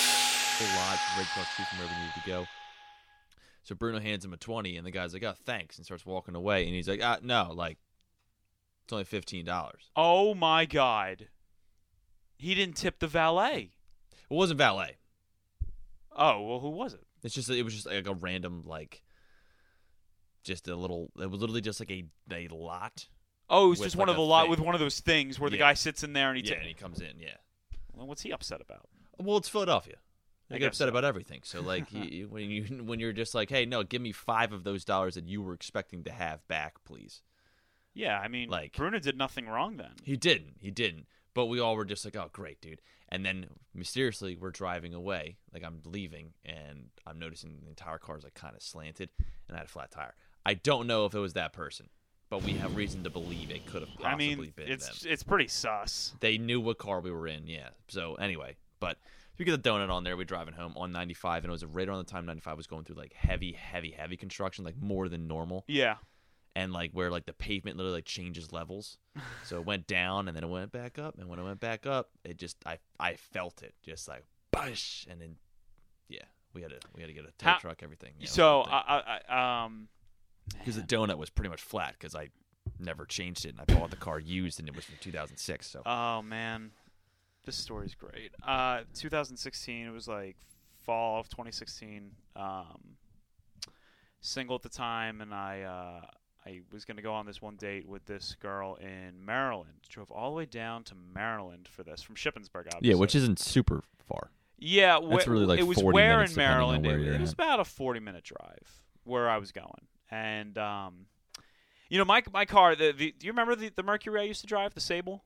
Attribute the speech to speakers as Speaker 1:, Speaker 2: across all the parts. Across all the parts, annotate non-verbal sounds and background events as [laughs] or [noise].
Speaker 1: whole lot from Red Cross Street from wherever he needed to go. So Bruno hands him a twenty, and the guy's like, "Oh, thanks," and starts walking away. And he's like, "Ah, no, like it's only fifteen dollars."
Speaker 2: Oh my god. He didn't tip the valet.
Speaker 1: It wasn't valet.
Speaker 2: Oh, well who was it?
Speaker 1: It's just it was just like a random like, just a little. It was literally just like a a lot.
Speaker 2: Oh, it's
Speaker 1: With,
Speaker 2: just one
Speaker 1: like,
Speaker 2: of
Speaker 1: a
Speaker 2: the lot
Speaker 1: thing.
Speaker 2: with one of those things where the
Speaker 1: Yeah.
Speaker 2: guy sits in there and he
Speaker 1: Yeah,
Speaker 2: tips.
Speaker 1: and he comes in. Yeah.
Speaker 2: Well, what's he upset about?
Speaker 1: Well, it's Philadelphia. They
Speaker 2: I
Speaker 1: get
Speaker 2: guess
Speaker 1: upset
Speaker 2: so.
Speaker 1: about everything. So
Speaker 2: [laughs]
Speaker 1: like you- you, when you when you're just like, hey, no, give me five of those dollars that you were expecting to have back, please.
Speaker 2: Yeah, I mean,
Speaker 1: Like-
Speaker 2: Bruno did nothing wrong then.
Speaker 1: He didn't. He didn't. But we all were just like, oh, great, dude. And then mysteriously, we're driving away. Like I'm leaving, and I'm noticing the entire car is like kind of slanted, and I had a flat tire. I don't know if it was that person, but we have reason to believe it could have possibly
Speaker 2: I mean,
Speaker 1: been them.
Speaker 2: it's it's pretty sus.
Speaker 1: They knew what car we were in, yeah. So anyway, but we get the donut on there. We're driving home on 95, and it was right around the time 95 was going through like heavy, heavy, heavy construction, like more than normal,
Speaker 2: Yeah.
Speaker 1: and like where like the pavement literally like changes levels. So it went down, and then it went back up, and when it went back up, it just I I felt it just like bush, and then yeah, we had to we had to get a tow
Speaker 2: How-
Speaker 1: truck, everything.
Speaker 2: so uh, I, I, I um
Speaker 1: because the donut was pretty much flat because I never changed it, and I bought the car used, and it was from 2006. So
Speaker 2: Oh man, this story's great. Uh, 2016. It was like fall of 2016. Um, single at the time, and I uh, I was gonna go on this one date with this girl in Maryland. Drove all the way down to Maryland for this from Shippensburg, obviously.
Speaker 1: yeah, which isn't super far.
Speaker 2: yeah,
Speaker 1: that's
Speaker 2: wh-
Speaker 1: really, like,
Speaker 2: it was
Speaker 1: 40
Speaker 2: where
Speaker 1: minutes,
Speaker 2: in
Speaker 1: depending on
Speaker 2: Maryland.
Speaker 1: where
Speaker 2: it,
Speaker 1: you're
Speaker 2: it was
Speaker 1: at.
Speaker 2: about a 40 minute drive where I was going, and um, you know my my car. The, the do you remember the, the Mercury I used to drive, the Sable,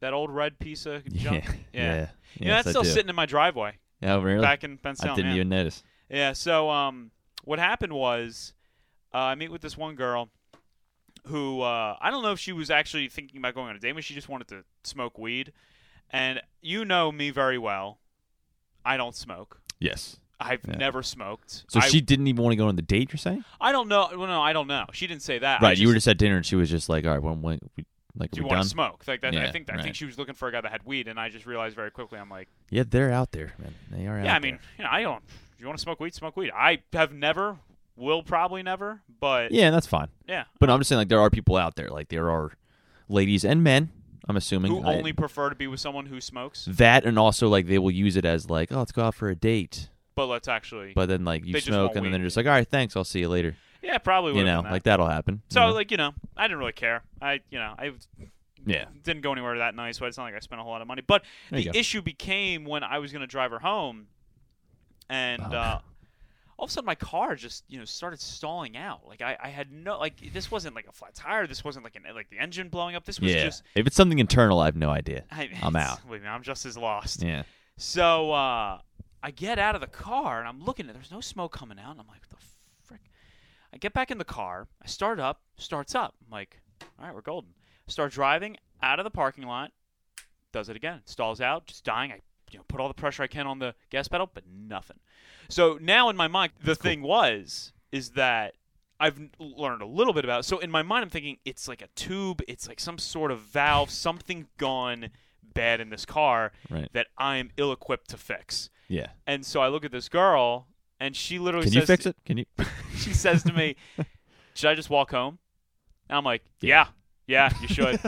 Speaker 2: that old red piece of
Speaker 1: [laughs]
Speaker 2: junk. yeah. You know, that's still sitting in my driveway
Speaker 1: Oh, really?
Speaker 2: back in Benson.
Speaker 1: I didn't even notice.
Speaker 2: Yeah. So um, what happened was, uh, I meet with this one girl, who uh, I don't know if she was actually thinking about going on a date, but she just wanted to smoke weed. And you know me very well. I don't smoke.
Speaker 1: Yes.
Speaker 2: I've
Speaker 1: Yeah.
Speaker 2: never smoked.
Speaker 1: So
Speaker 2: I,
Speaker 1: she didn't even want to go on the date. You're saying?
Speaker 2: I don't know. Well, no, I don't know. She didn't say that. I
Speaker 1: right. you were
Speaker 2: just-
Speaker 1: just at dinner, and she was just like, "All right, when, when we, like,
Speaker 2: Do
Speaker 1: are
Speaker 2: you
Speaker 1: we
Speaker 2: want
Speaker 1: done?"
Speaker 2: to smoke? Like that. I
Speaker 1: Yeah,
Speaker 2: think I
Speaker 1: right.
Speaker 2: think she was looking for a guy that had weed, and I just realized very quickly. I'm like,
Speaker 1: Yeah, they're out there, man. They are.
Speaker 2: Yeah, I
Speaker 1: out
Speaker 2: mean, you know, I don't. If you want to smoke weed, smoke weed. I have never, will probably never, but
Speaker 1: there.
Speaker 2: yeah,
Speaker 1: yeah, that's fine.
Speaker 2: yeah
Speaker 1: But I'm just saying, like, there are people out there. Like, there are ladies and men. I'm assuming
Speaker 2: who
Speaker 1: I-
Speaker 2: only prefer to be with someone who smokes.
Speaker 1: that, and also like they will use it as like, "Oh, let's go out for a date."
Speaker 2: But let's actually,
Speaker 1: But then like you
Speaker 2: They just
Speaker 1: smoke,
Speaker 2: want
Speaker 1: and then they're
Speaker 2: weed.
Speaker 1: just like, "All right, thanks. I'll see you later."
Speaker 2: yeah, probably would
Speaker 1: You know,
Speaker 2: that.
Speaker 1: like that'll happen. you
Speaker 2: So
Speaker 1: know?
Speaker 2: like you know, I didn't really care. I you know I
Speaker 1: yeah,
Speaker 2: didn't go anywhere that night, so it's not like I spent a whole lot of money. But
Speaker 1: There you
Speaker 2: the
Speaker 1: go.
Speaker 2: issue became when I was going to drive her home, and
Speaker 1: Oh.
Speaker 2: uh, all of a sudden my car just you know started stalling out. Like I, I had no like this wasn't like a flat tire. This wasn't like an like the engine blowing up. This was
Speaker 1: yeah.
Speaker 2: just.
Speaker 1: if it's something internal, I have no idea.
Speaker 2: I,
Speaker 1: I'm
Speaker 2: [laughs]
Speaker 1: out.
Speaker 2: Wait, I'm just as lost.
Speaker 1: Yeah.
Speaker 2: So uh, I get out of the car and I'm looking at there's no smoke coming out and I'm like, what the frick? I get back in the car, I start up, starts up. I'm like, all right, we're golden. Start driving out of the parking lot, does it again, stalls out, just dying. I you know, put all the pressure I can on the gas pedal, but nothing. So now in my mind, the thing was is that I've n- learned a little bit about. So in my mind, I'm thinking it's like a tube, it's like some sort of valve, something gone bad in this car
Speaker 1: Right.
Speaker 2: that I'm ill equipped to fix.
Speaker 1: Yeah.
Speaker 2: And so I look at this girl, and she literally
Speaker 1: Can
Speaker 2: says
Speaker 1: you fix it? Can you?
Speaker 2: [laughs] she says
Speaker 1: [laughs]
Speaker 2: to me, "Should I just walk home?" And I'm like, "Yeah, yeah, you should."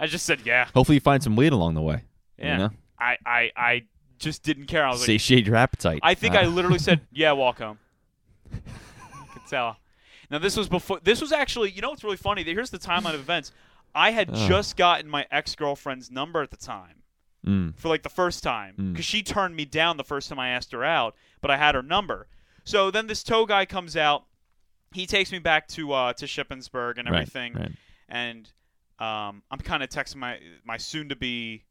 Speaker 2: I just said, "Yeah,
Speaker 1: [laughs] Hopefully, you find some weed along the way.
Speaker 2: yeah."
Speaker 1: [laughs] You know,
Speaker 2: I, I, I just didn't care. I was like,
Speaker 1: satiate your appetite.
Speaker 2: I think
Speaker 1: Uh,
Speaker 2: I
Speaker 1: [laughs]
Speaker 2: literally said, "Yeah, walk home." you can tell. Now this was before. This was actually. You know what's really funny? Here's the timeline of events. I had
Speaker 1: Ugh.
Speaker 2: just gotten my ex girlfriend's number at the time.
Speaker 1: Mm,
Speaker 2: for like the first time
Speaker 1: Mm.
Speaker 2: because she turned me down the first time I asked her out, but I had her number. So then this tow guy comes out. He takes me back to uh, to Shippensburg and
Speaker 1: right,
Speaker 2: everything,
Speaker 1: Right.
Speaker 2: and um, I'm kind of texting my my soon to be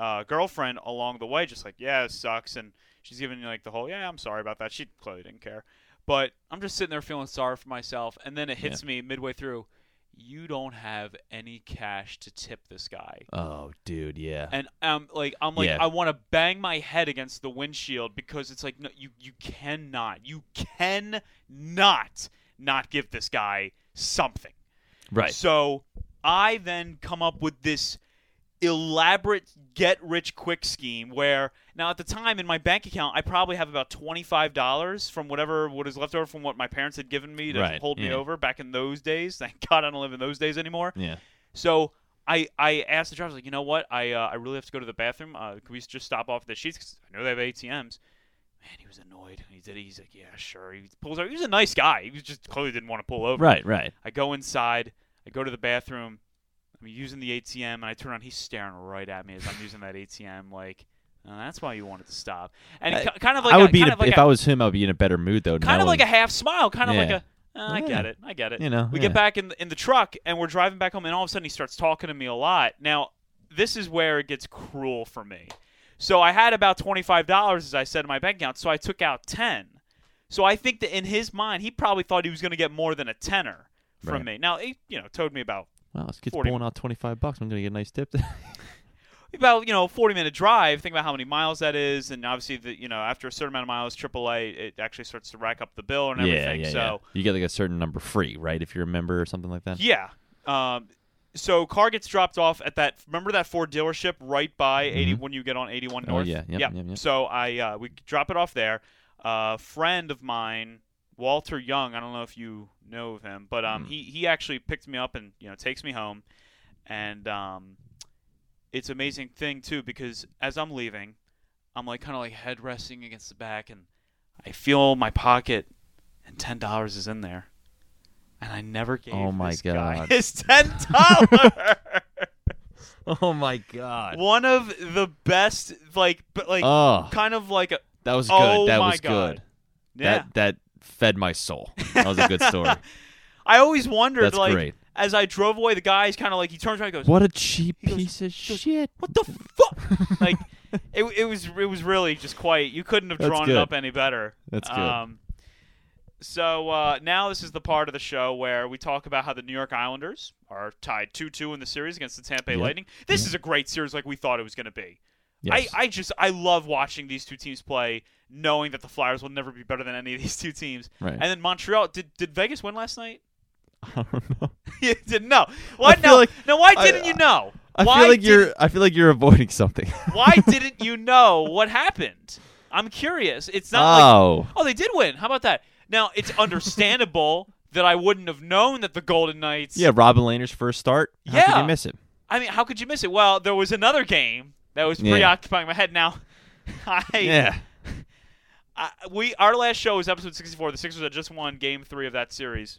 Speaker 2: uh, girlfriend along the way, just like yeah, it sucks, and she's giving me like the whole yeah, I'm sorry about that. She clearly didn't care, but I'm just sitting there feeling sorry for myself, and then it hits me midway through. You don't have any cash to tip this guy
Speaker 1: Oh, dude, yeah.
Speaker 2: and um, like I'm like
Speaker 1: Yeah.
Speaker 2: I want to bang my head against the windshield because it's like no, you you cannot, you cannot not give this guy something.
Speaker 1: right.
Speaker 2: So I then come up with this elaborate get rich quick scheme where now at the time in my bank account I probably have about twenty five dollars from whatever what is left over from what my parents had given me to
Speaker 1: Right,
Speaker 2: hold me
Speaker 1: yeah.
Speaker 2: over back in those days. Thank God I don't live in those days anymore.
Speaker 1: Yeah.
Speaker 2: So I I asked the driver I was like, you know what? I uh, I really have to go to the bathroom. Uh, can we just stop off at the sheets? 'Cause I know they have ATMs. Man, he was annoyed. He did. it. He's like, yeah, sure. He pulls out. He was a nice guy. He was just clearly didn't want to pull over.
Speaker 1: Right. Right.
Speaker 2: I go inside. I go to the bathroom. I'm using the ATM, and I turn on. He's staring right at me as I'm using that ATM. Like, "Oh, that's why you wanted to stop. And
Speaker 1: I-
Speaker 2: ki- kind of like
Speaker 1: I
Speaker 2: a,
Speaker 1: would be in
Speaker 2: kind
Speaker 1: a,
Speaker 2: of like
Speaker 1: if
Speaker 2: a,
Speaker 1: I was him. I would be in a better mood though.
Speaker 2: kind of like
Speaker 1: knowing-
Speaker 2: a half smile, kind of like
Speaker 1: Yeah.
Speaker 2: a. "Oh, I get
Speaker 1: Yeah.
Speaker 2: it. I get it.
Speaker 1: you know.
Speaker 2: We
Speaker 1: yeah.
Speaker 2: get back in the, in the truck and we're driving back home, and all of a sudden he starts talking to me a lot. Now, this is where it gets cruel for me. So I had about twenty five dollars, as I said in my bank account. So I took out ten. So I think that in his mind, he probably thought he was going to get more than a tenner from
Speaker 1: Right.
Speaker 2: me. Now he, you know, towed me about
Speaker 1: Wow, this kid's
Speaker 2: 40.
Speaker 1: pulling out twenty five bucks. I'm gonna get a nice tip.
Speaker 2: [laughs] about you know forty minute drive. Think about how many miles that is, and obviously the you know after a certain amount of miles, AAA it actually starts to rack up the bill and everything. so.
Speaker 1: You get like a certain number free, right? If you're a member or something like that.
Speaker 2: Yeah. Um, so car gets dropped off at that. Remember that Ford dealership right by eighty
Speaker 1: Mhm.
Speaker 2: when you get on eighty one
Speaker 1: Oh,
Speaker 2: north.
Speaker 1: yeah. Yep, yep, yep.
Speaker 2: So I uh, we drop it off there. A friend of mine, Walter Young. I don't know if you know of him, but um,
Speaker 1: Mm.
Speaker 2: he he actually picked me up and you know takes me home, and um, it's an amazing thing too because as I'm leaving, I'm like kind of like head resting against the back, and I feel my pocket, and ten dollars is in there, and I never gave
Speaker 1: Oh my
Speaker 2: this guy
Speaker 1: God. [laughs]
Speaker 2: his ten dollars.
Speaker 1: [laughs] Oh my god.
Speaker 2: One of the best, like, but like,
Speaker 1: oh,
Speaker 2: kind of like a
Speaker 1: that was good.
Speaker 2: oh
Speaker 1: that
Speaker 2: my
Speaker 1: was
Speaker 2: God.
Speaker 1: good.
Speaker 2: yeah.
Speaker 1: That that fed my soul. That was a
Speaker 2: [laughs]
Speaker 1: good story.
Speaker 2: I always wondered,
Speaker 1: That's
Speaker 2: like, [laughs]
Speaker 1: great.
Speaker 2: as I drove away, the guy's kind of like he turns around and goes,
Speaker 1: What a cheap
Speaker 2: He goes-
Speaker 1: piece of
Speaker 2: goes,
Speaker 1: shit.
Speaker 2: "What the fuck?" like, it, it was it was really just quite. You couldn't have
Speaker 1: That's
Speaker 2: drawn it
Speaker 1: good.
Speaker 2: up any better.
Speaker 1: That's good.
Speaker 2: Um, so uh, now this is the part of the show where we talk about how the New York Islanders are tied two-two in the series against the Tampa Bay
Speaker 1: Yep.
Speaker 2: Lightning. This is a great series, like we thought it was going to be.
Speaker 1: Yes.
Speaker 2: I, I just I love watching these two teams play, knowing that the Flyers will never be better than any of these two teams.
Speaker 1: right.
Speaker 2: And then Montreal did did Vegas win last night?
Speaker 1: [laughs]
Speaker 2: [laughs]
Speaker 1: I don't know.
Speaker 2: you didn't know. Why
Speaker 1: feel
Speaker 2: no?
Speaker 1: like-
Speaker 2: no, why
Speaker 1: I-
Speaker 2: didn't you know?
Speaker 1: I
Speaker 2: why
Speaker 1: feel like
Speaker 2: did-
Speaker 1: you're. I feel like you're avoiding something.
Speaker 2: why didn't you know what happened? I'm curious. It's not like
Speaker 1: oh.
Speaker 2: Oh, they did win. How about that? Now it's understandable [laughs] that I wouldn't have known that the Golden Knights.
Speaker 1: yeah, Robin Lehner's first start. How could
Speaker 2: Yeah.
Speaker 1: you miss it?
Speaker 2: I mean, how could you miss it? Well, there was another game that was
Speaker 1: Yeah.
Speaker 2: preoccupying my head. Now, [laughs] I,
Speaker 1: Yeah.
Speaker 2: I we our last show was episode sixty four. The Sixers had just won Game Three of that series.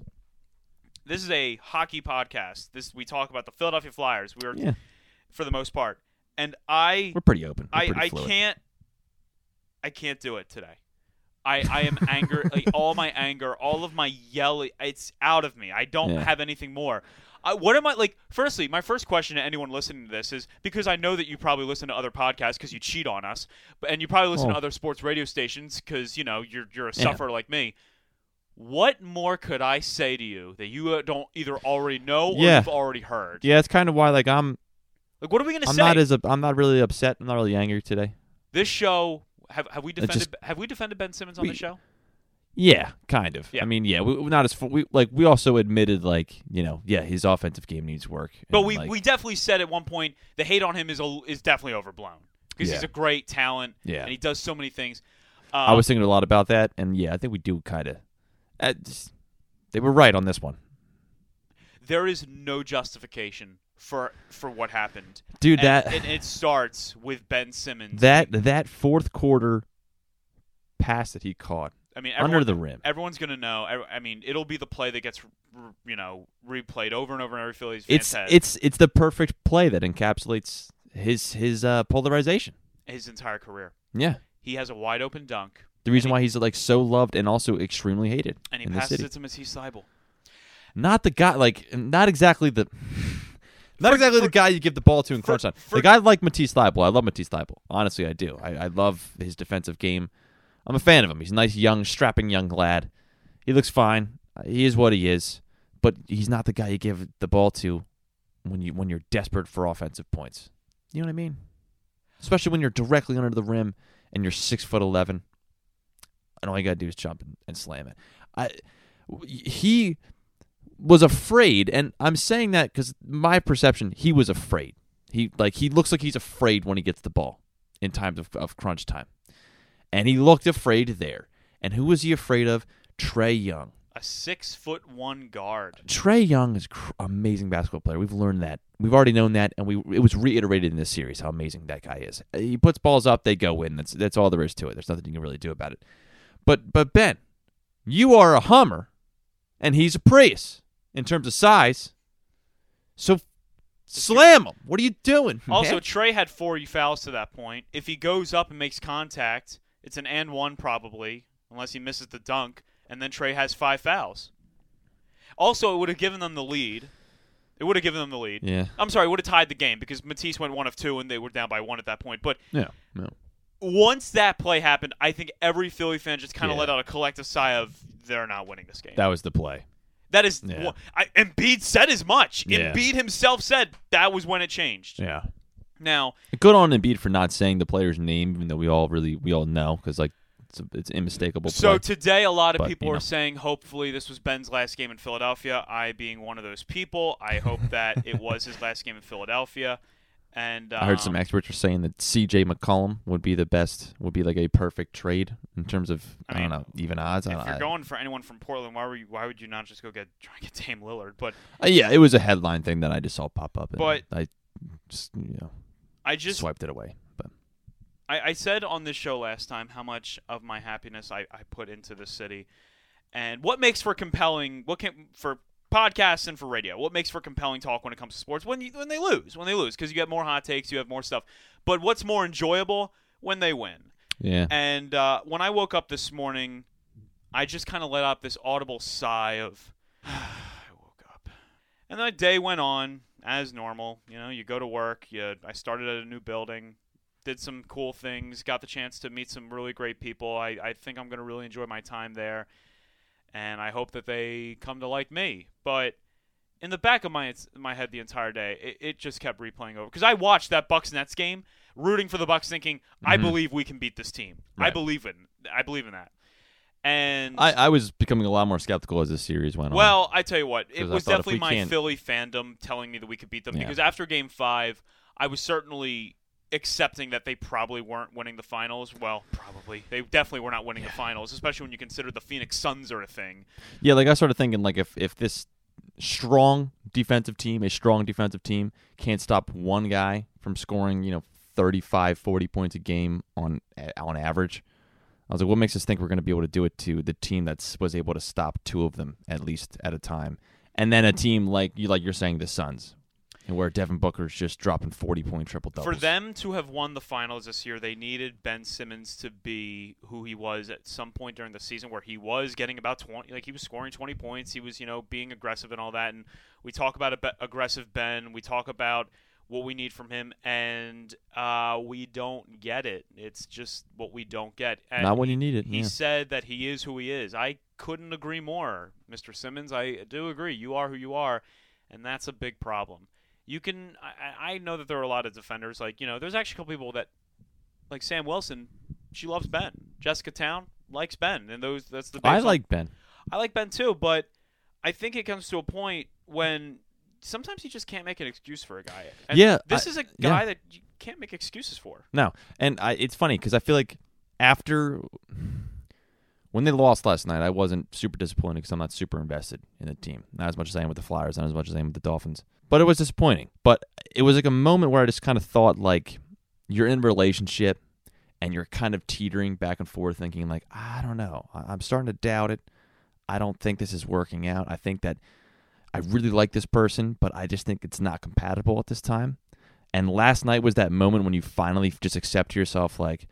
Speaker 2: This is a hockey podcast. This we talk about the Philadelphia Flyers. We were
Speaker 1: Yeah.
Speaker 2: for the most part, and I
Speaker 1: We're pretty open. We're
Speaker 2: I,
Speaker 1: pretty
Speaker 2: I
Speaker 1: fluid.
Speaker 2: can't I can't do it today. I, I am anger
Speaker 1: [laughs]
Speaker 2: like all my anger, all of my yelling it's out of me. I don't
Speaker 1: Yeah.
Speaker 2: have anything more. I, what am I like? Firstly, my first question to anyone listening to this is because I know that you probably listen to other podcasts because you cheat on us, but and you probably listen to
Speaker 1: Oh.
Speaker 2: other sports radio stations because you know you're you're a
Speaker 1: Yeah.
Speaker 2: sufferer like me. What more could I say to you that you uh, don't either already know or
Speaker 1: Yeah.
Speaker 2: you've already heard?
Speaker 1: Yeah, that's kind of why. Like I'm.
Speaker 2: Like, what are we gonna
Speaker 1: I'm
Speaker 2: say?
Speaker 1: not as. up- I'm not really upset. I'm not really angry today.
Speaker 2: this show have have we
Speaker 1: It
Speaker 2: defended
Speaker 1: just-
Speaker 2: have we defended Ben Simmons on
Speaker 1: We-
Speaker 2: the show?
Speaker 1: Yeah, kind of.
Speaker 2: Yeah.
Speaker 1: I mean, yeah, we, we're not as fu- we like we also admitted like you know yeah his offensive game needs work.
Speaker 2: But
Speaker 1: and,
Speaker 2: we
Speaker 1: like,
Speaker 2: we definitely said at one point the hate on him is a, is definitely overblown because he's
Speaker 1: Yeah.
Speaker 2: a great talent
Speaker 1: Yeah.
Speaker 2: and he does so many things. Uh,
Speaker 1: I was thinking a lot about that, and yeah, I think we do kind of. Uh, just- they were right on this one,
Speaker 2: there is no justification for for what happened,
Speaker 1: dude.
Speaker 2: And-
Speaker 1: that
Speaker 2: and it starts with Ben Simmons.
Speaker 1: that that fourth quarter pass that he caught
Speaker 2: I mean, everyone,
Speaker 1: under the rim.
Speaker 2: everyone's gonna know. ev- I mean, it'll be the play that gets r- you know replayed over and over in every Phillies fan's
Speaker 1: It's
Speaker 2: head
Speaker 1: it's it's the perfect play that encapsulates his his uh, polarization.
Speaker 2: his entire career.
Speaker 1: Yeah,
Speaker 2: He has a wide open dunk.
Speaker 1: the reason why he's like so loved and also extremely hated
Speaker 2: And he
Speaker 1: in the
Speaker 2: passes
Speaker 1: city.
Speaker 2: it to Matisse Seibel.
Speaker 1: not the guy like not exactly the [sighs] not
Speaker 2: For-
Speaker 1: exactly
Speaker 2: for-
Speaker 1: the guy you give the ball to in
Speaker 2: for-
Speaker 1: crunch time.
Speaker 2: for-
Speaker 1: the guy like Matisse Thybulle. I love Matisse Thybulle. Honestly, I do. I, I love his defensive game. I'm a fan of him. He's a nice, young, strapping young lad. He looks fine. He is what he is, but he's not the guy you give the ball to when you when you're desperate for offensive points. You know what I mean? Especially when you're directly under the rim and you're six foot eleven, and all you gotta do is jump and, and slam it. I he was afraid, and I'm saying that because my perception, he was afraid. He like he looks like he's afraid when he gets the ball in times of, of crunch time. And he looked afraid there. And who was he afraid of? Trey Young.
Speaker 2: A six foot one
Speaker 1: [laughs]
Speaker 2: guard.
Speaker 1: Trey Young is cr- amazing basketball player. We've learned that. We've already known that, and we it was reiterated in this series how amazing that guy is. Uh, He puts balls up, they go in. That's that's all there is to it. There's nothing you can really do about it. But but Ben, you are a Hummer, and he's a Prius in terms of size. So slam him. What are you doing?
Speaker 2: Also,
Speaker 1: man?
Speaker 2: Trey had four fouls to that point. If he goes up and makes contact, it's an and one probably, unless he misses the dunk, and then Trey has five fouls. Also, it would have given them the lead. It would have given them the lead.
Speaker 1: yeah,
Speaker 2: I'm sorry, it would have tied the game because Matisse went one of two and they were down by one at that point. But
Speaker 1: no, no.
Speaker 2: once that play happened, I think every Philly fan just kind of
Speaker 1: Yeah.
Speaker 2: let out a collective sigh of they're not winning this game.
Speaker 1: That was the play.
Speaker 2: that is,
Speaker 1: Yeah.
Speaker 2: wha- I, Embiid said as much.
Speaker 1: Yeah.
Speaker 2: Embiid himself said that was when it changed.
Speaker 1: Yeah.
Speaker 2: Now,
Speaker 1: Good on Embiid for not saying the player's name, even though we all really we all know because like it's, a, it's unmistakable. play.
Speaker 2: So today, a lot of
Speaker 1: But,
Speaker 2: people
Speaker 1: you
Speaker 2: are
Speaker 1: know.
Speaker 2: saying, hopefully, this was Ben's last game in Philadelphia. I being one of those people, I hope
Speaker 1: [laughs]
Speaker 2: that it was his last game in Philadelphia. And um,
Speaker 1: I heard some experts were saying that C.J. McCollum would be the best, would be like a perfect trade in terms of
Speaker 2: I
Speaker 1: I,
Speaker 2: mean,
Speaker 1: don't know even odds. I
Speaker 2: If
Speaker 1: don't-
Speaker 2: you're
Speaker 1: I-
Speaker 2: going for anyone from Portland, why were you, why would you not just go get try and get Dame Lillard? But
Speaker 1: Uh, yeah, it was a headline thing that I just saw pop up, and
Speaker 2: But-
Speaker 1: I just you know
Speaker 2: I just
Speaker 1: swiped it away. But
Speaker 2: I, I said on this show last time how much of my happiness I, I put into the city and what makes for compelling what can for podcasts and for radio what makes for compelling talk when it comes to sports when you, when they lose when they lose because you get more hot takes you have more stuff but what's more enjoyable when they win
Speaker 1: yeah,
Speaker 2: and uh, when I woke up this morning, I just kind of let out this audible sigh of, [sighs] I woke up. And then the day went on as normal. You know, you go to work. You, I started at a new building, did some cool things, got the chance to meet some really great people. I, I think I'm going to really enjoy my time there. And I hope that they come to like me. But in the back of my my head the entire day, it, it just kept replaying over. Because I watched that Bucks Nets game, rooting for the Bucks, thinking, I
Speaker 1: Mhm.
Speaker 2: believe we can beat this team. I
Speaker 1: Right.
Speaker 2: believe in I believe in that. And
Speaker 1: I, I was becoming a lot more skeptical as this series went on.
Speaker 2: well, I tell you what, it
Speaker 1: 'Cause I
Speaker 2: was
Speaker 1: thought if
Speaker 2: definitely
Speaker 1: we
Speaker 2: my
Speaker 1: can't-
Speaker 2: Philly fandom telling me that we could beat them
Speaker 1: Yeah.
Speaker 2: because after game five, I was certainly accepting that they probably weren't winning the finals. Well, probably. They definitely were not winning the finals, especially when you consider the Phoenix Suns are a thing.
Speaker 1: yeah, like I started thinking like if if this strong defensive team, a strong defensive team, can't stop one guy from scoring, you know, 35, 40 points a game on on average. I was like, what makes us think we're going to be able to do it to the team that was able to stop two of them at least at a time, and then a team like you, like you're saying, the Suns, and where Devin Booker's just dropping forty point triple doubles
Speaker 2: For them to have won the finals this year, they needed Ben Simmons to be who he was at some point during the season where he was getting about 20 like he was scoring 20 points, he was, you know, being aggressive and all that and we talk about a be- aggressive Ben, we talk about what we need from him and uh, we don't get it. It's just what we don't get. And
Speaker 1: Not when
Speaker 2: he-
Speaker 1: you need it,
Speaker 2: He
Speaker 1: yeah.
Speaker 2: said that he is who he is. I couldn't agree more, Mr. Simmons. I do agree. You are who you are, and that's a big problem. You can. I, I- I know that there are a lot of defenders. Like you know, there's actually a couple people that, like Sam Wilson, she loves Ben. Jessica Town likes Ben, and those. That's the.
Speaker 1: I
Speaker 2: baseline.
Speaker 1: like Ben.
Speaker 2: I like Ben too, but I think it comes to a point when sometimes you just can't make an excuse for a guy. And
Speaker 1: Yeah,
Speaker 2: this
Speaker 1: I-
Speaker 2: is a
Speaker 1: yeah.
Speaker 2: guy that you can't make excuses for.
Speaker 1: No, and I, it's funny because I feel like after when they lost last night, I wasn't super disappointed because I'm not super invested in the team. Not as much as I am with the Flyers, not as much as I am with the Dolphins. But it was disappointing. But it was like a moment where I just kind of thought like you're in a relationship and you're kind of teetering back and forth, thinking like I don't know, I- I'm starting to doubt it. I don't think this is working out. I think that I really like this person, but I just think it's not compatible at this time. And last night was that moment when you finally just accept to yourself, like,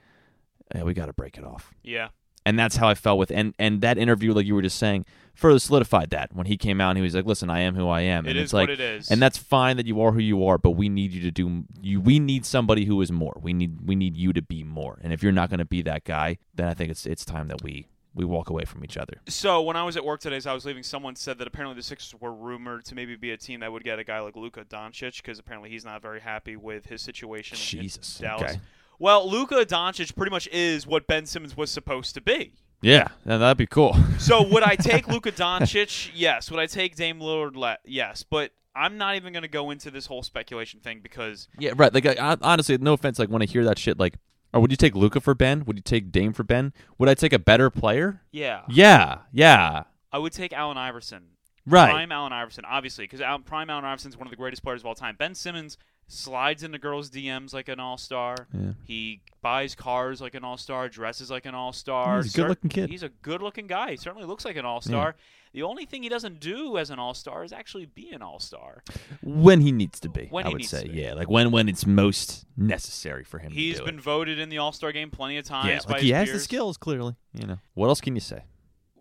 Speaker 1: hey, we got to break it off.
Speaker 2: Yeah.
Speaker 1: And that's how I felt with and and that interview, like you were just saying, further solidified that when he came out and he was like, "Listen, I am who I am."
Speaker 2: It
Speaker 1: and
Speaker 2: is
Speaker 1: it's like,
Speaker 2: what it is.
Speaker 1: and that's fine that you are who you are, but we need you to do you. We need somebody who is more. We need we need you to be more. And if you're not going to be that guy, then I think it's it's time that we we walk away from each other.
Speaker 2: So when I was at work today, as I was leaving, someone said that apparently the Sixers were rumored to maybe be a team that would get a guy like Luka Doncic because apparently he's not very happy with his situation. in
Speaker 1: Jesus.
Speaker 2: Dallas.
Speaker 1: Okay.
Speaker 2: Well, Luka Doncic pretty much is what Ben Simmons was supposed to be.
Speaker 1: Yeah, now that'd be cool. [laughs]
Speaker 2: So would I take Luka Doncic? Yes. Would I take Dame Lillard? Le- yes. But I'm not even going to go into this whole speculation thing because
Speaker 1: Yeah, right. Like, I, I- honestly, no offense. Like, when I hear that shit, like, or would you take Luca for Ben? Would you take Dame for Ben? Would I take a better player?
Speaker 2: yeah,
Speaker 1: Yeah, yeah,
Speaker 2: I would take Allen Iverson.
Speaker 1: right.
Speaker 2: Prime Allen Iverson, obviously, because Al- Prime Allen Iverson's one of the greatest players of all time. Ben Simmons slides into girls' DMs like an all-star.
Speaker 1: Yeah.
Speaker 2: He buys cars like an all-star, dresses like an all-star.
Speaker 1: He's a good-looking kid.
Speaker 2: He's a good-looking guy. He certainly looks like an all-star. The only thing he doesn't do as an all-star is actually be an all-star.
Speaker 1: When he needs to be,
Speaker 2: When
Speaker 1: I
Speaker 2: he
Speaker 1: would
Speaker 2: needs
Speaker 1: say,
Speaker 2: to be.
Speaker 1: yeah, like when when it's most necessary for him.
Speaker 2: He's
Speaker 1: to do
Speaker 2: been
Speaker 1: it.
Speaker 2: voted in the all-star game plenty of times
Speaker 1: yeah,
Speaker 2: by
Speaker 1: like he
Speaker 2: his
Speaker 1: has the
Speaker 2: peers.
Speaker 1: skills. Clearly, you know what else can you say?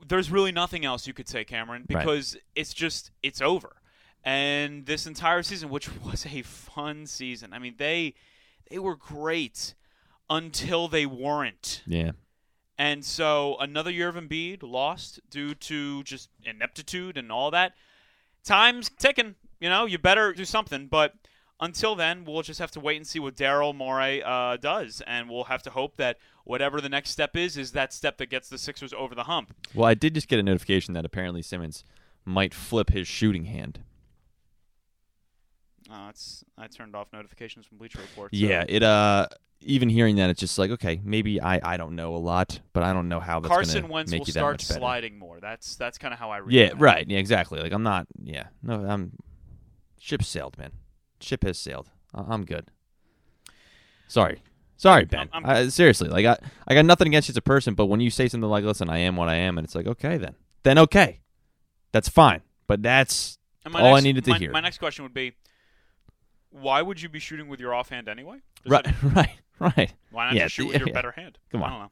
Speaker 2: there's really nothing else you could say, Cameron,
Speaker 1: Right.
Speaker 2: because it's just it's over. And this entire season, which [laughs] was a fun season, I mean they they were great until they weren't.
Speaker 1: Yeah,
Speaker 2: And so another year of Embiid lost due to just ineptitude and all that. Time's ticking. You know, you better do something. But until then, we'll just have to wait and see what Daryl Morey uh, does, and we'll have to hope that whatever the next step is, is that step that gets the Sixers over the hump.
Speaker 1: Well, I did just get a notification that apparently Simmons might flip his shooting hand.
Speaker 2: Uh, it's I turned off notifications from Bleacher Report. so-
Speaker 1: Yeah, it uh even hearing that it's just like, okay, maybe I I don't know a lot, but I don't know how that's gonna
Speaker 2: Carson Wentz
Speaker 1: make
Speaker 2: will
Speaker 1: you that
Speaker 2: start
Speaker 1: much better.
Speaker 2: sliding more. That's that's kind of how I read.
Speaker 1: Yeah,
Speaker 2: that.
Speaker 1: right. Yeah, exactly. Like I'm not yeah. No, I'm ship sailed, man. Ship has sailed. I- I'm good. Sorry. Sorry, Ben.
Speaker 2: I'm-
Speaker 1: I, seriously, like I I got nothing against you as a person, but when you say something like, "Listen, I am what I am," and it's like, "Okay, then." Then okay. That's fine. But that's
Speaker 2: And my
Speaker 1: All I
Speaker 2: next-
Speaker 1: needed to
Speaker 2: my-
Speaker 1: hear.
Speaker 2: My next question would be, why would you be shooting with your offhand anyway? Does
Speaker 1: right [laughs]
Speaker 2: that-
Speaker 1: right right.
Speaker 2: why not
Speaker 1: Yeah,
Speaker 2: just shoot
Speaker 1: the-
Speaker 2: with your
Speaker 1: yeah.
Speaker 2: better hand?
Speaker 1: Come
Speaker 2: I
Speaker 1: on.
Speaker 2: don't know.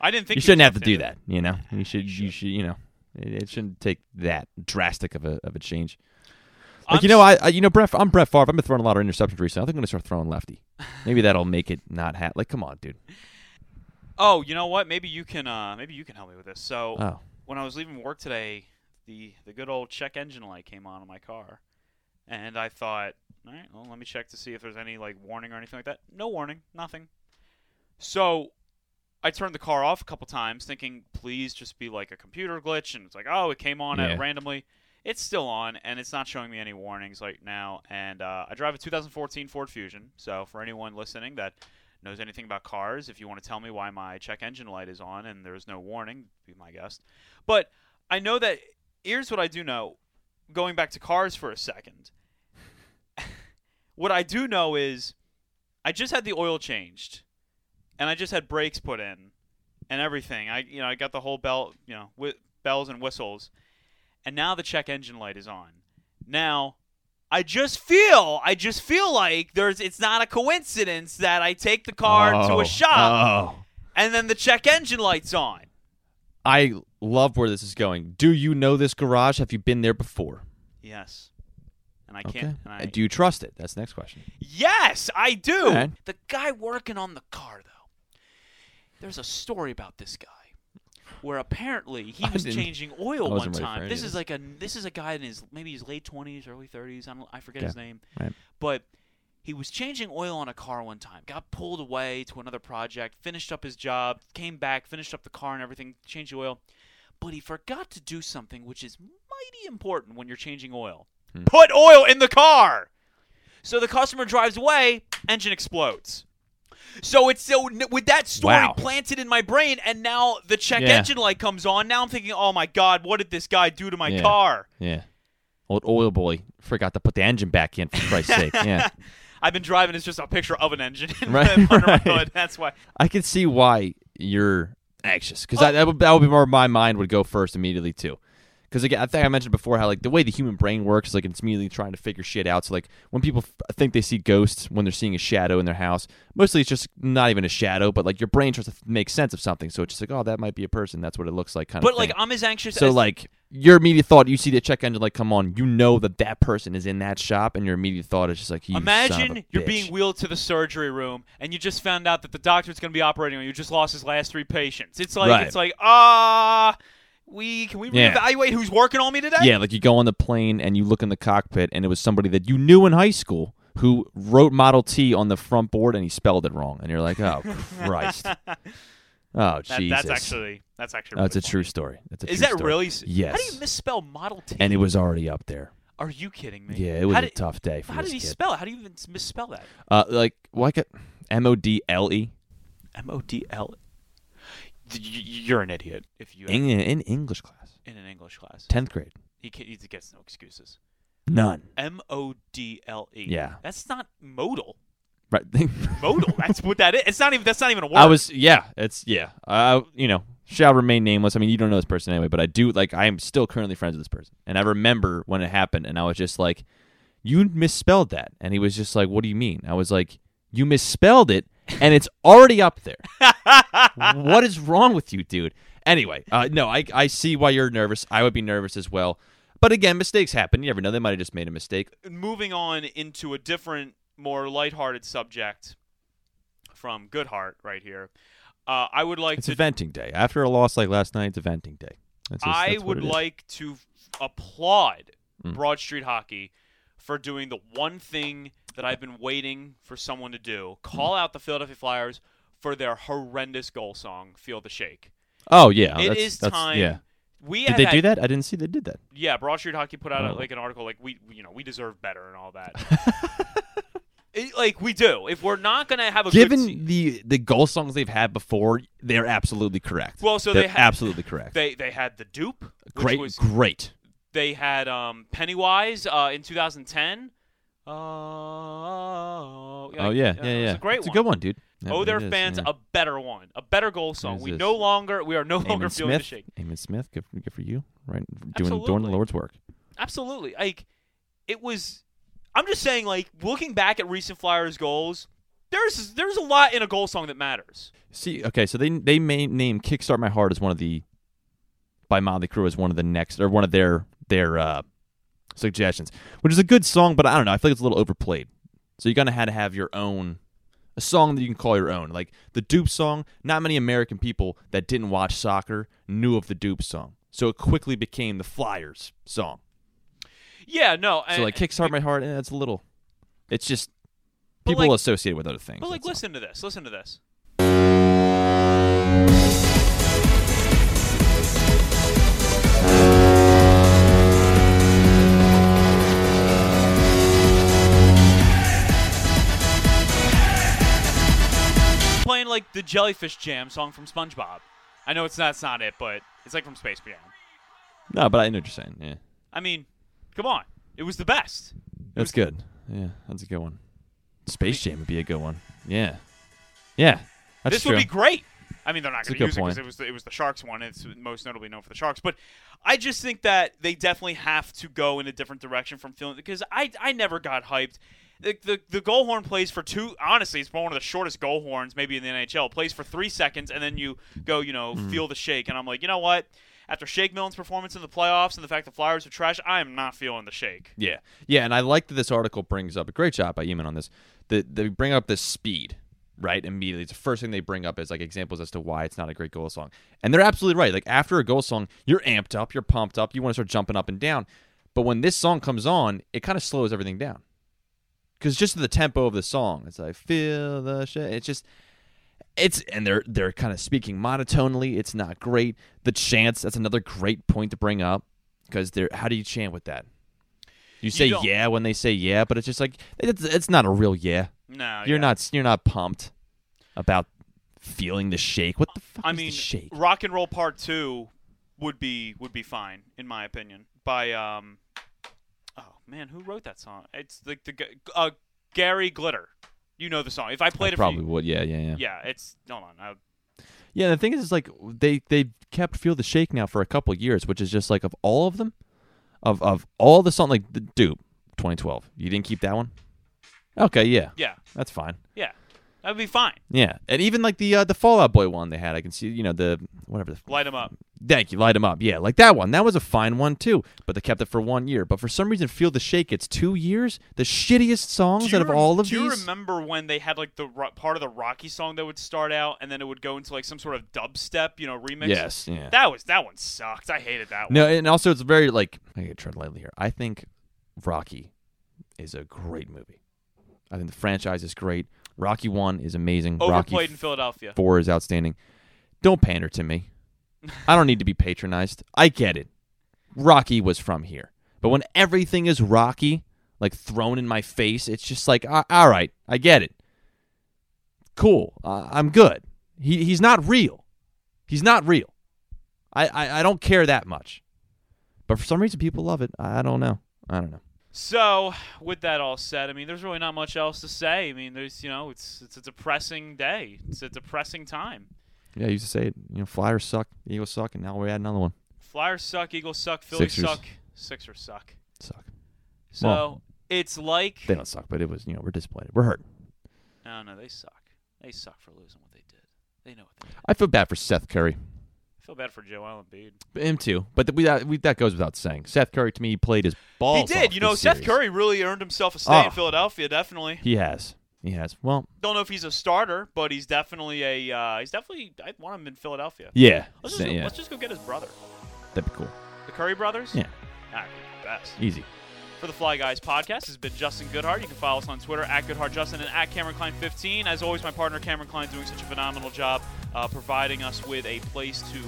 Speaker 2: I didn't think
Speaker 1: you
Speaker 2: he
Speaker 1: shouldn't
Speaker 2: was
Speaker 1: have to do
Speaker 2: left-handed.
Speaker 1: that. You know, you
Speaker 2: you
Speaker 1: should, you
Speaker 2: should.
Speaker 1: should, you know, it, it shouldn't take that drastic of a of a change.
Speaker 2: I'm
Speaker 1: Like you know,
Speaker 2: s-
Speaker 1: I, I you know, Brett, I'm Brett Favre. I've been throwing a lot of interceptions recently. I think I'm gonna start throwing lefty. Maybe that'll make it not hat. Like, come on, dude.
Speaker 2: Oh, you know what? Maybe you can. Uh, maybe you can help me with this. So
Speaker 1: Oh,
Speaker 2: when I was leaving work today, the the good old check engine light came on in my car, and I thought, all right, well, let me check to see if there's any like warning or anything like that. No warning, nothing. So I turned the car off a couple times, thinking, please just be like a computer glitch, and it's like, oh, it came on
Speaker 1: Yeah.
Speaker 2: at randomly. It's still on, and it's not showing me any warnings right now. And uh, I drive a 2014 Ford Fusion, so for anyone listening that knows anything about cars, if you want to tell me why my check engine light is on and there's no warning, be my guest. But I know that here's what I do know. Going back to cars for a second, [laughs] what I do know is I just had the oil changed, and I just had brakes put in, and everything. I you know I got the whole bell you know with bells and whistles, and now the check engine light is on. Now. I just feel, I just feel like there's. It's not a coincidence that I take the car to
Speaker 1: Oh.
Speaker 2: a shop
Speaker 1: Oh,
Speaker 2: and then the check engine light's on.
Speaker 1: I love where this is going. Do you know this garage? Have you been there before?
Speaker 2: Yes. And I can't. And I,
Speaker 1: Do you trust it? That's the next question.
Speaker 2: Yes, I do.
Speaker 1: Alright.
Speaker 2: The guy working on the car, though. There's a story about this guy where apparently he
Speaker 1: I
Speaker 2: was
Speaker 1: didn't-
Speaker 2: changing
Speaker 1: I wasn't
Speaker 2: oil one
Speaker 1: ready for
Speaker 2: time.
Speaker 1: any
Speaker 2: This
Speaker 1: of
Speaker 2: is
Speaker 1: this.
Speaker 2: like a this is a guy in his maybe his late 20s, early 30s. I don't I forget
Speaker 1: Okay.
Speaker 2: his name.
Speaker 1: Right.
Speaker 2: But he was changing oil on a car one time. Got pulled away to another project, finished up his job, came back, finished up the car and everything, changed the oil. But he forgot to do something which is mighty important when you're changing oil.
Speaker 1: Hmm.
Speaker 2: Put oil in the car. So the customer drives away, engine explodes. So it's so with that story
Speaker 1: Wow.
Speaker 2: planted in my brain, and now the check
Speaker 1: Yeah.
Speaker 2: engine light comes on. Now I'm thinking, oh my god, what did this guy do to my
Speaker 1: Yeah.
Speaker 2: car?
Speaker 1: Yeah. Old oil boy forgot to put the engine back in. For
Speaker 2: [laughs]
Speaker 1: Christ's sake. Yeah.
Speaker 2: I've been driving. It's just a picture of an engine [laughs] in
Speaker 1: Right,
Speaker 2: my-
Speaker 1: [laughs]
Speaker 2: under
Speaker 1: right.
Speaker 2: my hood. That's why.
Speaker 1: I can see why you're anxious because that would that would be where my mind would go first immediately too. Because again, I think I mentioned before how like the way the human brain works, like it's immediately trying to figure shit out. So like when people f- think they see ghosts when they're seeing a shadow in their house, mostly it's just not even a shadow, but like your brain tries to f- make sense of something. So it's just like, oh, that might be a person. That's what it looks like, kind
Speaker 2: But
Speaker 1: of.
Speaker 2: like
Speaker 1: thing.
Speaker 2: I'm as anxious.
Speaker 1: so
Speaker 2: as,
Speaker 1: like your immediate thought, you see the check engine light come on, you know that that person is in that shop, and your immediate thought is just like, you son of a
Speaker 2: imagine you're being
Speaker 1: bitch.
Speaker 2: wheeled to the surgery room, and you just found out that the doctor's going to be operating on you. Just lost his last three patients. It's like
Speaker 1: Right.
Speaker 2: it's like ah, we can we
Speaker 1: Yeah.
Speaker 2: reevaluate who's working on me today?
Speaker 1: [laughs] Yeah, like you go on the plane and you look in the cockpit, and it was somebody that you knew in high school who wrote Model T on the front board and he spelled it wrong, and you're like, oh
Speaker 2: [laughs]
Speaker 1: Christ, oh
Speaker 2: That-
Speaker 1: Jesus,
Speaker 2: That's actually that's actually.
Speaker 1: that's a
Speaker 2: really
Speaker 1: true story. That's a
Speaker 2: funny. Is
Speaker 1: true
Speaker 2: that
Speaker 1: story.
Speaker 2: really? s- How do
Speaker 1: Yes.
Speaker 2: you misspell Model T?
Speaker 1: And it was already up there.
Speaker 2: Are you kidding me?
Speaker 1: Yeah, it was
Speaker 2: how
Speaker 1: a
Speaker 2: did,
Speaker 1: tough day for
Speaker 2: How
Speaker 1: this
Speaker 2: did he
Speaker 1: kid.
Speaker 2: spell it? How do you even s- misspell that?
Speaker 1: uh, like why could M O D L E
Speaker 2: M O D L. You're an idiot if you
Speaker 1: in in English class,
Speaker 2: in an English class.
Speaker 1: tenth grade.
Speaker 2: He, ca- he gets no excuses.
Speaker 1: None.
Speaker 2: M O D L E.
Speaker 1: Yeah.
Speaker 2: That's not modal.
Speaker 1: Right. [laughs]
Speaker 2: Modal. that's what that is. It's not even. That's not even a word.
Speaker 1: I was yeah, it's yeah. I you know, shall remain nameless. I mean, you don't know this person anyway, but I do like I am still currently friends with this person. And I remember when it happened and I was just like, "You misspelled that." And he was just like, "What do you mean?" I was like, "You misspelled it and it's already up
Speaker 2: [laughs]
Speaker 1: there. what is wrong with you, dude?" Anyway, uh, no, I I see why you're nervous. I would be nervous as well. But again, mistakes happen. You never know. They might have just made a mistake.
Speaker 2: moving on into a different, more lighthearted subject from Goodhart right here. Uh, I would like
Speaker 1: It's
Speaker 2: to.
Speaker 1: a venting day. After a loss like last night, it's a venting day. That's just-
Speaker 2: I
Speaker 1: that's what
Speaker 2: would
Speaker 1: it is.
Speaker 2: like to f- applaud
Speaker 1: Mm.
Speaker 2: Broad Street Hockey for doing the one thing that I've been waiting for someone to
Speaker 1: Mm.
Speaker 2: do: call out the Philadelphia Flyers for their horrendous goal song "Feel the Shake."
Speaker 1: Oh yeah,
Speaker 2: it
Speaker 1: that's-
Speaker 2: is
Speaker 1: that's-
Speaker 2: time.
Speaker 1: Yeah.
Speaker 2: We
Speaker 1: Did
Speaker 2: have
Speaker 1: they
Speaker 2: had-
Speaker 1: do that? I didn't see they did that.
Speaker 2: Yeah, Broad Street Hockey put out
Speaker 1: Oh.
Speaker 2: like an article like we you know we deserve better and all
Speaker 1: [laughs]
Speaker 2: that. It- like we do. If we're not gonna have a good se-
Speaker 1: Given the the goal songs they've had before, they're absolutely correct.
Speaker 2: Well, so
Speaker 1: they're
Speaker 2: they ha-
Speaker 1: absolutely correct.
Speaker 2: they they had the dupe, which
Speaker 1: great,
Speaker 2: was
Speaker 1: great.
Speaker 2: they had um, Pennywise uh, in 2010. Oh,
Speaker 1: oh yeah, yeah, yeah.
Speaker 2: It's a great
Speaker 1: it's
Speaker 2: one.
Speaker 1: a good one, dude. Yeah,
Speaker 2: Owe their
Speaker 1: it is,
Speaker 2: fans
Speaker 1: yeah.
Speaker 2: a better one, a better goal song.
Speaker 1: is
Speaker 2: We
Speaker 1: this?
Speaker 2: no longer we are no longer
Speaker 1: Amon
Speaker 2: feeling
Speaker 1: Smith.
Speaker 2: the shake.
Speaker 1: Amon Smith, good, good for you, right? Doing doing the
Speaker 2: Absolutely.
Speaker 1: Lord's work.
Speaker 2: Absolutely, like it was. I'm just saying, like looking back at recent Flyers goals, there's there's a lot in a goal song that matters.
Speaker 1: See, okay, so they they may name "Kickstart My Heart" as one of the by Motley Crue as one of the next or one of their their uh, suggestions, which is a good song, but I don't know. I feel like it's a little overplayed. So you're gonna have to have your own a song that you can call your own, like the Dupe song. Not many American people that didn't watch soccer knew of the Dupe song, so it quickly became the Flyers song.
Speaker 2: Yeah, no. and-
Speaker 1: So like "Kickstart My Heart," eh, that's a little. It's just
Speaker 2: But,
Speaker 1: people
Speaker 2: like-
Speaker 1: associate it with other things.
Speaker 2: But like,
Speaker 1: that's all.
Speaker 2: listen to this. Listen to this. Playing like the Jellyfish Jam song from SpongeBob. I know it's that's not it, but it's like from Space Jam.
Speaker 1: no, but I know what you're saying. Yeah,
Speaker 2: I mean, come on, it was the best.
Speaker 1: That's good. Yeah, that's a good one. Space Jam would be a good one. Yeah, yeah, that's
Speaker 2: this
Speaker 1: true.
Speaker 2: would be great. I mean, they're not
Speaker 1: It's a
Speaker 2: going to
Speaker 1: good
Speaker 2: use it because
Speaker 1: point.
Speaker 2: it was the, it was the Sharks one. It's most notably known for the Sharks, but I just think that they definitely have to go in a different direction from feeling because I I never got hyped. The, the, the goal horn plays for two. Honestly, it's one of the shortest goal horns maybe in the NHL. Plays for three seconds, and then you go, you know,
Speaker 1: Mm.
Speaker 2: feel the shake. And I'm like, you know what? After Shake Milton's performance in the playoffs and the fact the Flyers are trash, I am not feeling the shake.
Speaker 1: yeah, yeah, and I like that this article brings up a great job by Eamon on this. That they bring up this speed right immediately. It's the first thing they bring up is like examples as to why it's not a great goal song, and they're absolutely right. Like after a goal song, you're amped up, you're pumped up, you want to start jumping up and down. But when this song comes on, it kind of slows everything down. because just the tempo of the song, it's like feel the shit. It's just it's and they're they're kind of speaking monotonely. It's not great. The chants that's another great point to bring up because they're how do you chant with that? You say
Speaker 2: don't.
Speaker 1: yeah when they say yeah, but it's just like it's it's not a real yeah.
Speaker 2: No,
Speaker 1: You're
Speaker 2: yeah.
Speaker 1: not you're not pumped about feeling the shake. What the fuck
Speaker 2: I
Speaker 1: is
Speaker 2: mean,
Speaker 1: the shake?
Speaker 2: Rock and Roll Part Two would be would be fine in my opinion. By um, oh man, who wrote that song? It's like the g- uh, Gary Glitter. You know the song. If I played it
Speaker 1: Probably
Speaker 2: for
Speaker 1: would. Yeah, yeah, yeah.
Speaker 2: you, yeah, it's hold on. I,
Speaker 1: Yeah, the thing is, is like they they kept feel the shake now for a couple of years, which is just like of all of them, of of all the songs like the dude, 2012. You didn't keep that one. Okay, yeah,
Speaker 2: yeah,
Speaker 1: that's fine.
Speaker 2: yeah, that would be fine.
Speaker 1: Yeah, and even like the uh, the Fallout Boy one they had, I can see you know the whatever the
Speaker 2: Light them up.
Speaker 1: thank you light 'em up. Yeah, like that one. That was a fine one too, but they kept it for one year. But for some reason, feel the shake. It's two years. The shittiest
Speaker 2: Do
Speaker 1: songs
Speaker 2: you
Speaker 1: out of
Speaker 2: rem-
Speaker 1: all of
Speaker 2: do
Speaker 1: these.
Speaker 2: you remember when they had like the ro- part of the Rocky song that would start out and then it would go into like some sort of dubstep, you know, remix?
Speaker 1: yes. Yeah.
Speaker 2: That was that one sucked. I hated that one.
Speaker 1: No, and also it's very like I gotta tread lightly here. I think Rocky is a great movie. I think the franchise is great. Rocky one is amazing.
Speaker 2: Overplayed
Speaker 1: Rocky
Speaker 2: in Philadelphia.
Speaker 1: four is outstanding. Don't pander to me. I don't need to be patronized. I get it. Rocky was from here, But when everything is rocky, like thrown in my face, it's just like, "Ah, all right, I get it. Cool, uh, I'm good. He he's not real. He's not real. I, I I don't care that much. But for some reason, people love it. I I don't know. I don't know.
Speaker 2: So, with that all said, I mean, there's really not much else to say. I mean, there's you know, it's it's a depressing day. It's a depressing time.
Speaker 1: Yeah, I used to say it. You know, Flyers suck, Eagles suck, and now we add another one.
Speaker 2: Flyers suck, Eagles suck, Phillies
Speaker 1: Sixers.
Speaker 2: suck, Sixers suck.
Speaker 1: Suck.
Speaker 2: So
Speaker 1: Well-
Speaker 2: it's like
Speaker 1: They don't suck, but it was you know we're disappointed. We're hurt.
Speaker 2: no, no, they suck. They suck for losing what they did. They know what they did.
Speaker 1: I feel bad for Seth Curry.
Speaker 2: I feel bad for Joe Allen Bede.
Speaker 1: Him too, but th- we, that, we, that goes without saying. Seth Curry to me he played his balls.
Speaker 2: he did.
Speaker 1: off
Speaker 2: You know,
Speaker 1: this
Speaker 2: Seth
Speaker 1: series.
Speaker 2: Curry really earned himself a stay
Speaker 1: Oh.
Speaker 2: in Philadelphia. Definitely.
Speaker 1: He has. He has. Well,
Speaker 2: Don't know if he's a starter, but he's definitely a. Uh, he's definitely. I want him in Philadelphia.
Speaker 1: yeah.
Speaker 2: Let's
Speaker 1: Sa-
Speaker 2: just, go,
Speaker 1: yeah.
Speaker 2: let's just go get his brother,
Speaker 1: That'd be cool.
Speaker 2: the Curry brothers.
Speaker 1: Yeah.
Speaker 2: All right, best.
Speaker 1: Easy.
Speaker 2: For the Fly Guys podcast, this has been Justin Goodhart. You can follow us on Twitter at GoodhartJustin and at Cameron Klein 15. As always, my partner Cameron Klein doing such a phenomenal job uh, providing us with a place to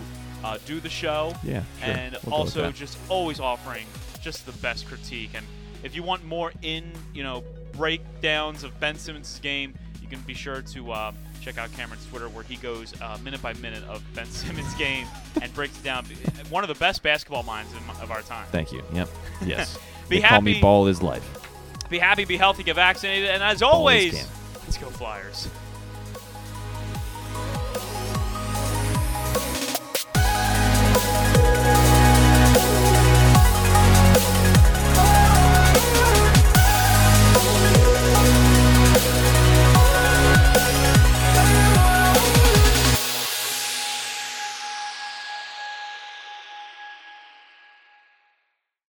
Speaker 2: uh, do the show
Speaker 1: Yeah. Sure. We'll
Speaker 2: and
Speaker 1: go with
Speaker 2: also
Speaker 1: that.
Speaker 2: just always offering just the best critique. And if you want more in, you know, breakdowns of Ben Simmons' game, you can be sure to uh, check out Cameron's Twitter where he goes uh, minute by minute of Ben Simmons' [laughs] game and breaks it down. One of the best basketball minds in, of our time.
Speaker 1: Thank you.
Speaker 2: [laughs]
Speaker 1: Yep. Yes.
Speaker 2: Be
Speaker 1: they call me
Speaker 2: happy.
Speaker 1: Ball is Life.
Speaker 2: Be happy, be healthy, get vaccinated, and as
Speaker 1: Always
Speaker 2: always,
Speaker 1: can.
Speaker 2: let's go Flyers.